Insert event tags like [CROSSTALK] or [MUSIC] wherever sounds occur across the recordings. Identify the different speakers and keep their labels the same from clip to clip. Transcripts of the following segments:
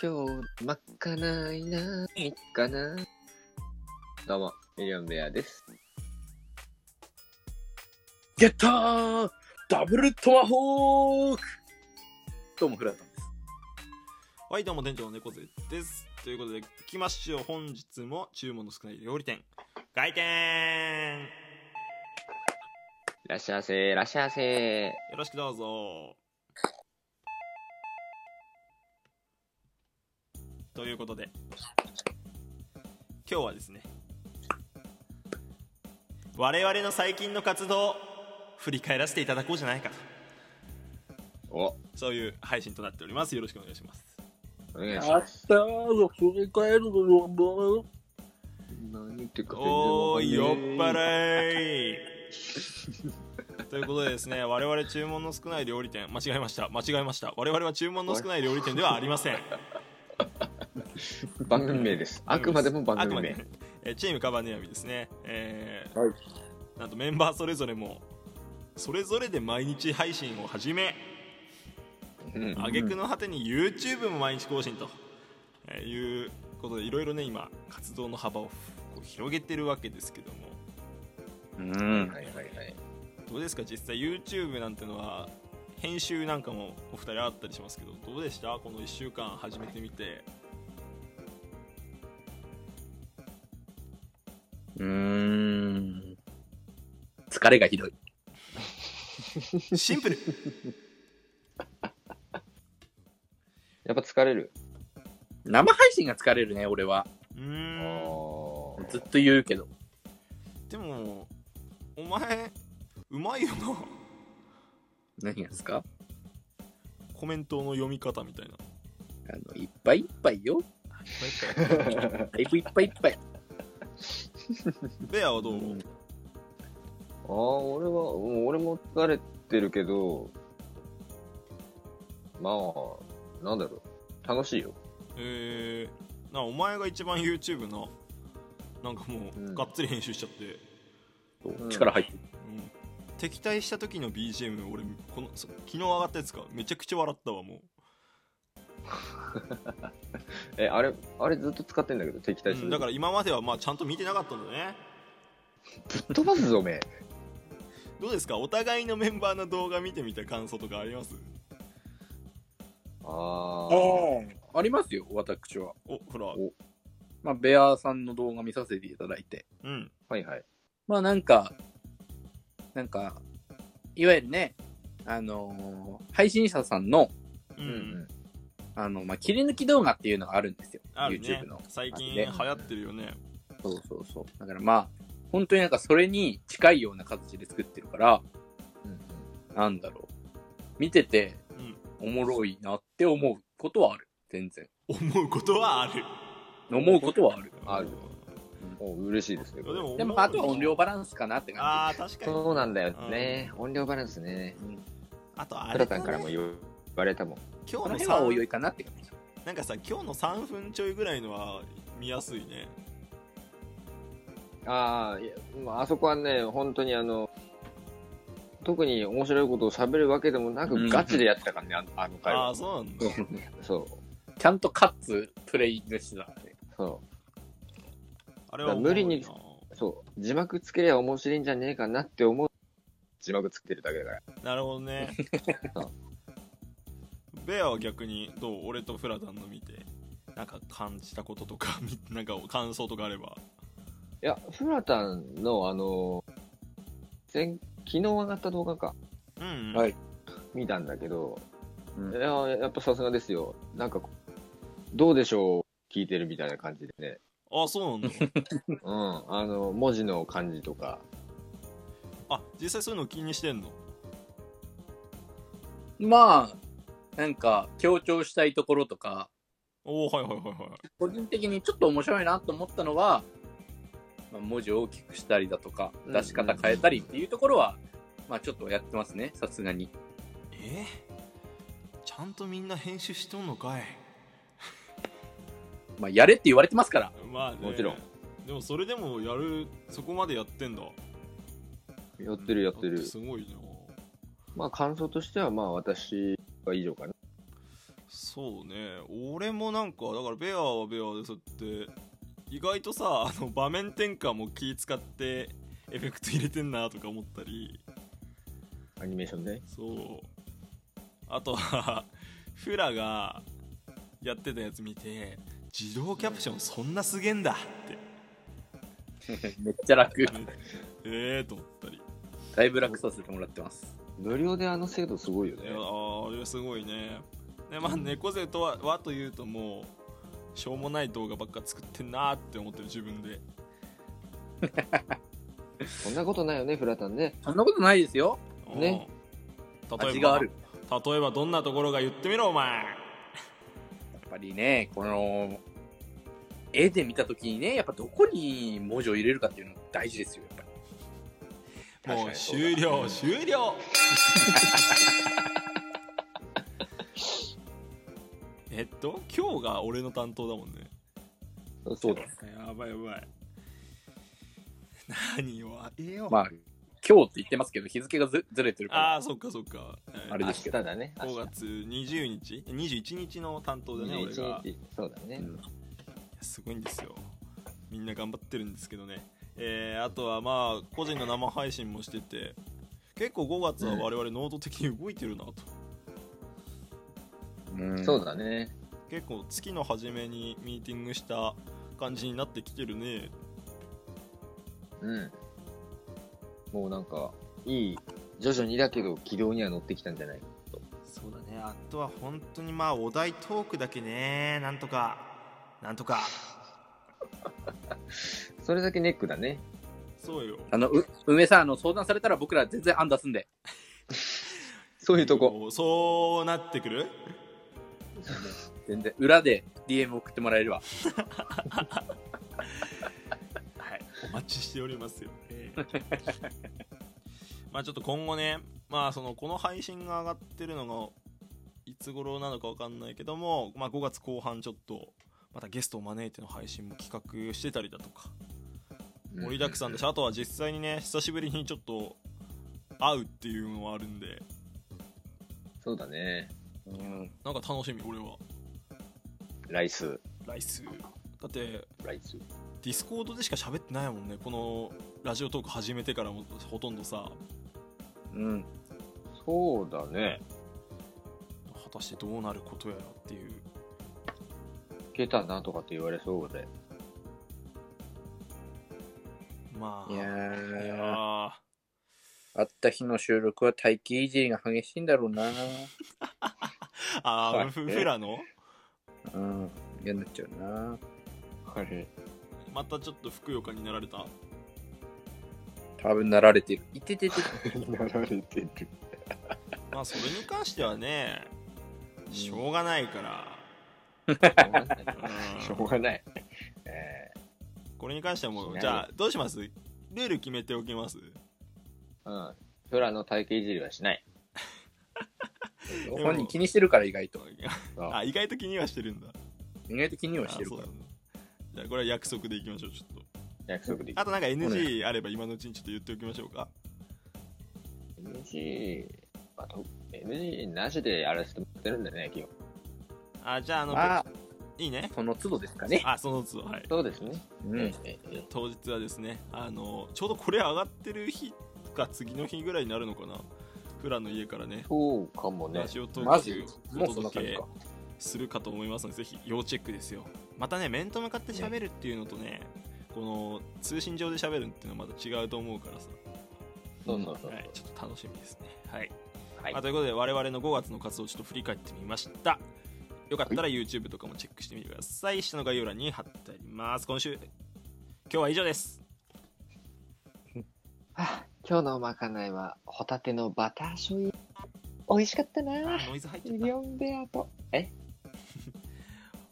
Speaker 1: 今日、まかないな、みっかな。どうも、ミリオンベアです。
Speaker 2: ゲッターダブルトマホークどうも、フラタンです。
Speaker 3: はい、どうも店長の猫背です。ということで、聞きましょう。本日も注文の少ない料理店、開店
Speaker 1: いらっしゃいませ、いらっしゃいませ。
Speaker 3: よろしくどうぞ。ということで、今日はですね、我々の最近の活動を振り返らせていただこうじゃないかと、
Speaker 1: お、お
Speaker 3: そういう配信となっております。よろしくお願いします。
Speaker 1: 願いし
Speaker 2: 明
Speaker 1: ます。
Speaker 2: 日の振り返るのも、
Speaker 1: 何言ってるか全然
Speaker 3: お
Speaker 1: わかんねえ
Speaker 3: ーい酔っ払いということでです
Speaker 1: [LAUGHS]
Speaker 3: ね我々注文の少ない料理店間違えました間違えました我々は注文の少ない料理店ではありません
Speaker 1: 番組名です。 [LAUGHS] あくまでも番
Speaker 3: あ
Speaker 1: 組
Speaker 3: くま
Speaker 1: 名
Speaker 3: で。えーチームカバネアミですね、えー
Speaker 2: はい
Speaker 3: なんとメンバーそれぞれもそれぞれで毎日配信を始め
Speaker 1: うん。
Speaker 3: 挙句の果てに YouTube も毎日更新と、えーいうことでいろいろね今活動の幅をこう広げてるわけですけども
Speaker 2: うん。
Speaker 1: はいはいはい。
Speaker 3: どうですか実際 YouTube なんてのは編集なんかもお二人あったりしますけどどうでしたこの1週間始めてみて
Speaker 2: うーん。疲れがひどい。
Speaker 3: シン
Speaker 1: [LAUGHS]
Speaker 3: プル
Speaker 1: やっぱ疲れる。
Speaker 2: 生配信が疲れるね、俺は。
Speaker 1: あ
Speaker 3: うーん
Speaker 1: ー
Speaker 2: ずっと言うけど。
Speaker 3: でもお前うまいよな
Speaker 2: 何がですか
Speaker 3: コメントの読み方みたい
Speaker 1: [LAUGHS]
Speaker 3: な
Speaker 2: あの、いっぱいいっぱいよ。だいぶいっぱいいっぱい。
Speaker 3: ベアはどう、
Speaker 1: うんあー、俺は、うん俺も疲れてるけど、まあ、なんだろう。楽しいよ。
Speaker 3: えー、なお前が一番 YouTube ななんかも
Speaker 1: うん
Speaker 3: うがっつり編集しちゃって、
Speaker 1: うん
Speaker 2: 力入ってる。
Speaker 3: うん敵対した時の BGM 俺このそ昨日上がったやつかめちゃくちゃ笑ったわもう
Speaker 1: え、あれ、あれずっと使ってんだけど、敵対す
Speaker 3: う
Speaker 1: る。
Speaker 3: んだから今まではまあちゃんと見てなかったんだね
Speaker 1: ぶっ飛ばすぞ、おめえ。
Speaker 3: どうですかお互いのメンバーの動画見てみた感想とかあります
Speaker 1: あー。
Speaker 2: ああ。ありますよ、私は。
Speaker 3: おほら
Speaker 2: まあ、ベアーさんの動画見させていただいて。
Speaker 3: うん
Speaker 1: はいはい。
Speaker 2: まあなんか、なんか、いわゆるね、あのー配信者さんの、
Speaker 3: う
Speaker 1: うんん
Speaker 2: あの、まあ、切り抜き動画っていうのがあるんですよ。
Speaker 3: あるね
Speaker 2: YouTube の。
Speaker 3: 最近流
Speaker 2: ね
Speaker 3: 行ってるよね
Speaker 2: そうそうそう。だからまあ、本当になんかそれに近いような形で作ってるから、
Speaker 1: うんうん。
Speaker 2: なんだろう。見てて
Speaker 3: うん
Speaker 2: おもろいなって思うことはある。全然。
Speaker 3: 思うことはある
Speaker 2: 思うことはある。
Speaker 1: あるお嬉しいですね。
Speaker 3: い
Speaker 1: こ
Speaker 3: や
Speaker 1: れ
Speaker 3: でも
Speaker 2: でも、あとは音量バランスかなって感
Speaker 3: ああ確かに
Speaker 1: そうなんだよね。音量バランスね。
Speaker 2: じ。うん。
Speaker 3: あとあ
Speaker 1: プ
Speaker 3: れ
Speaker 1: ラ
Speaker 3: だ
Speaker 1: タ
Speaker 3: ね
Speaker 1: ンからも言われたもん。
Speaker 3: 今
Speaker 2: こ
Speaker 3: 日
Speaker 2: の
Speaker 3: の
Speaker 2: 辺はおいおい
Speaker 3: 3
Speaker 2: かなって感じ。
Speaker 3: なんかさ今日の3分ちょいぐらいのは見やすいね
Speaker 1: ああ、いや、まああそこはね、本当にあの、特に面白いことを喋るわけでもな
Speaker 2: う
Speaker 1: く、
Speaker 2: ん
Speaker 1: ガチでやってたからね、ああの回
Speaker 3: あ
Speaker 1: は。
Speaker 3: あそうなんだ
Speaker 1: そう。
Speaker 2: ちゃんとカッツプレイングしてたんで。
Speaker 1: そ
Speaker 3: あれは
Speaker 1: だから無理に
Speaker 3: 思うな
Speaker 1: う。そう。字幕つけりゃ面白いんじゃねえかなって思う。字幕つけてるだけだから。
Speaker 3: なるほど [LAUGHS] ね
Speaker 1: そう
Speaker 3: ベアは逆にどう俺とフラダンの見てなんか感じたこととか [LAUGHS] みなんか感想とかあれば
Speaker 1: いや、フラタンのあの、前昨日上がった動画か。
Speaker 3: うんうん、
Speaker 2: はい
Speaker 1: 見たんだけど、
Speaker 2: う
Speaker 1: い
Speaker 2: ん
Speaker 1: ややっぱさすがですよなんかこうどうでしょう聞いてるみたいな感じでね、
Speaker 3: あそう
Speaker 1: [LAUGHS]
Speaker 3: なんだ
Speaker 1: うん、あの文字の感じとか
Speaker 3: あ実際そういうの気にしてんの
Speaker 2: まあ、なんか、強調したいところとか、
Speaker 3: おおはいはいはいはい
Speaker 2: 個人的にちょっと面白いなと思ったのは、まあ、文字を大きくしたりだとか、
Speaker 1: うん
Speaker 2: 出し方変えたりっていうところは、まあちょっとやってますね、さすがに。
Speaker 3: えちゃんとみんな編集しとんのかい
Speaker 2: まあやれって言われてますから。
Speaker 3: まあ、ね、
Speaker 1: もちろん
Speaker 3: でもそれでもやるそこまでやってんだ
Speaker 1: やってるやって
Speaker 3: だ
Speaker 1: る
Speaker 3: すごいな
Speaker 1: まあ感想としてはまあ私は以上かな
Speaker 3: そそうね俺もなんかだからベアはベアでそうやって意外とさあの場面転換も気使ってエフェクト入れてんなとか思ったり
Speaker 1: アニメーションで。
Speaker 3: そうあとはフラがやってたやつ見て自動キャプションそんなすげえんだって
Speaker 2: めっちゃ楽。
Speaker 3: ええー、と思ったり
Speaker 2: だいぶ楽させてもらってます。
Speaker 1: 無料であの制度すごいよ
Speaker 3: い
Speaker 1: ね
Speaker 3: や。ああれはすごいねでまあ猫背とははというともうしょうもない動画ばっか作ってんなーって思ってる自分で
Speaker 1: そんなことないよね、フラタンね。
Speaker 2: そんなことないですよ。
Speaker 1: ね
Speaker 3: うん例えば
Speaker 2: 味がある。
Speaker 3: 例えばどんなところが言ってみろお前
Speaker 2: やっぱりね、この、絵で見たときにね、やっぱどこに文字を入れるかっていうのが大事ですよ、やっぱり。
Speaker 3: も
Speaker 2: 確
Speaker 3: う
Speaker 2: かにそうだ
Speaker 3: 終了終 [LAUGHS] 了えっと今日が俺の担当だもんね
Speaker 2: そうだ。
Speaker 3: やばいやばい何をあげよう、
Speaker 2: まあ、今日って言ってますけど、日付がずずれてるから、
Speaker 3: ああそっかそっか
Speaker 2: あれ
Speaker 1: 明
Speaker 2: で
Speaker 1: 日
Speaker 2: すけど。
Speaker 1: だね。
Speaker 3: 5月20日21日の担当でね俺が
Speaker 1: 21日。そうだね。
Speaker 3: すごいんですよみんな頑張ってるんですけどねえーあとはまあ個人の生配信もしてて結構5月は我々濃度的に動いてるなと、
Speaker 2: うん
Speaker 1: そうだね。
Speaker 3: 結構月の初めにミーティングした感じになってきてるね
Speaker 1: うん。もうなんか、いい、徐々にだけど軌道には乗ってきたんじゃない
Speaker 3: そうだねあとは本当にまあお題トークだけねなんとかなんとか
Speaker 1: それだけネックだね。
Speaker 3: そうよ
Speaker 2: あの、う梅さん、あの、相談されたら僕ら全然案出すんで。
Speaker 1: そういうとこ。
Speaker 3: こそうなってくる
Speaker 2: 全然。裏で DM 送ってもらえれば。
Speaker 3: はい、お待ちしておりますよ。ええまあちょっと今後ね、まあそのこの配信が上がってるのがいつ頃なのかわかんないけども、まあ5月後半ちょっとまたゲストを招いての配信も企画してたりだとか盛りだくさんだし、あとは実際にね久しぶりにちょっと会うっていうのはあるんで、
Speaker 1: そうだね。
Speaker 2: うん。
Speaker 3: なんか楽しみ俺は
Speaker 1: ライス、
Speaker 3: 来週。だって
Speaker 1: ライス。
Speaker 3: ディスコードでしか喋ってないもんねこのラジオトーク始めてからもほとんどさ
Speaker 2: うん。
Speaker 1: そうだね。
Speaker 3: 果たしてどうなることやらっていう
Speaker 1: いけたなとかって言われそうで。
Speaker 3: まあ
Speaker 2: いや
Speaker 3: いや
Speaker 2: ー、
Speaker 3: ー
Speaker 2: 会った日の収録は待機いじりが激しいんだろうな。
Speaker 3: あ
Speaker 2: は
Speaker 3: ー
Speaker 2: い
Speaker 3: フフラの
Speaker 2: うん。嫌になっちゃうな。
Speaker 1: あれ
Speaker 3: またちょっとふくよかになられた
Speaker 2: 多分なられてる。いてててて。
Speaker 1: なられてる。
Speaker 3: まあそれに関してはねしょうがないから、うん
Speaker 1: [LAUGHS] しょうがない。え
Speaker 3: これに関してはも
Speaker 1: しな
Speaker 3: う
Speaker 1: い
Speaker 3: じゃあどうしますルール決めておきます
Speaker 1: ーうん。フラの体型いじりはしない。
Speaker 2: 本人気にしてるから意外と。
Speaker 1: あ
Speaker 3: あ意外と気にはしてるんだ
Speaker 2: 意外と気には
Speaker 3: あ
Speaker 2: してる
Speaker 3: そ
Speaker 2: か
Speaker 3: う
Speaker 2: ら
Speaker 3: な。んだじゃあこれは約束でいきましょうちょっと
Speaker 1: 約束でき
Speaker 3: あとなんか
Speaker 2: こ
Speaker 3: NG あれば今のうちにちょっと言っておきましょうか
Speaker 1: NG、まあ、と NG なしでやらせてもらってるんでね、基本。
Speaker 3: あじゃああの
Speaker 2: まあ、
Speaker 3: いいね
Speaker 2: その都度ですかね。
Speaker 3: あその都度はい
Speaker 1: そうですね。
Speaker 2: うん。
Speaker 1: えええ
Speaker 3: 当日はですねあのちょうどこれ上がってる日か次の日ぐらいになるのかなフラの家からね
Speaker 1: そうかもね
Speaker 3: ラ。ジオト
Speaker 2: マ
Speaker 3: ー
Speaker 2: ジ
Speaker 3: ク
Speaker 2: も
Speaker 3: を
Speaker 2: う
Speaker 3: お
Speaker 2: そんな
Speaker 3: 届
Speaker 2: 感じ
Speaker 3: け
Speaker 2: か。
Speaker 3: するかと思いますのでぜひ要チェックですよまたね面と向かって喋るっていうのとねこの通信上で喋るっていうのはまた違うと思うからさ、
Speaker 1: そうそうそう。
Speaker 3: はい、ちょっと楽しみですねはい、
Speaker 1: はい
Speaker 3: まあ、ということで我々の5月の活動をちょっと振り返ってみましたよかったら YouTube とかもチェックしてみてください下の概要欄に貼ってあります今週今日は以上です
Speaker 1: はあ今日のまかないはホタテのバター醤油美味しかった
Speaker 3: あ
Speaker 1: な
Speaker 3: ーノイズ入っちゃ
Speaker 1: ミ
Speaker 3: っ
Speaker 1: リオンベアとえ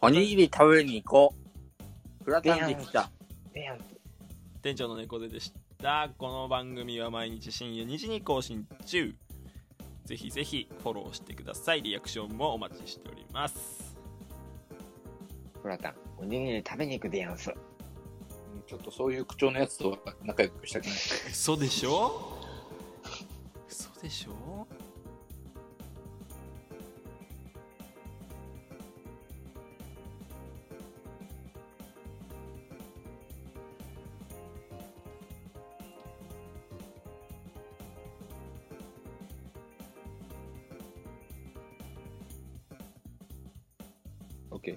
Speaker 2: おにぎり食べに行こう。フラタンできた。
Speaker 1: ベアン
Speaker 3: た店長の猫背でしたこの番組は毎日深夜2時に更新中ぜひぜひフォローしてくださいリアクションもお待ちしております
Speaker 1: フラタンおにぎり食べに行くでやんす
Speaker 2: ちょっとそういう口調のやつとは仲良くしたくない。
Speaker 3: 嘘でしょ嘘でしょ
Speaker 1: OK。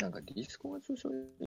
Speaker 1: なんかディスコが調子悪い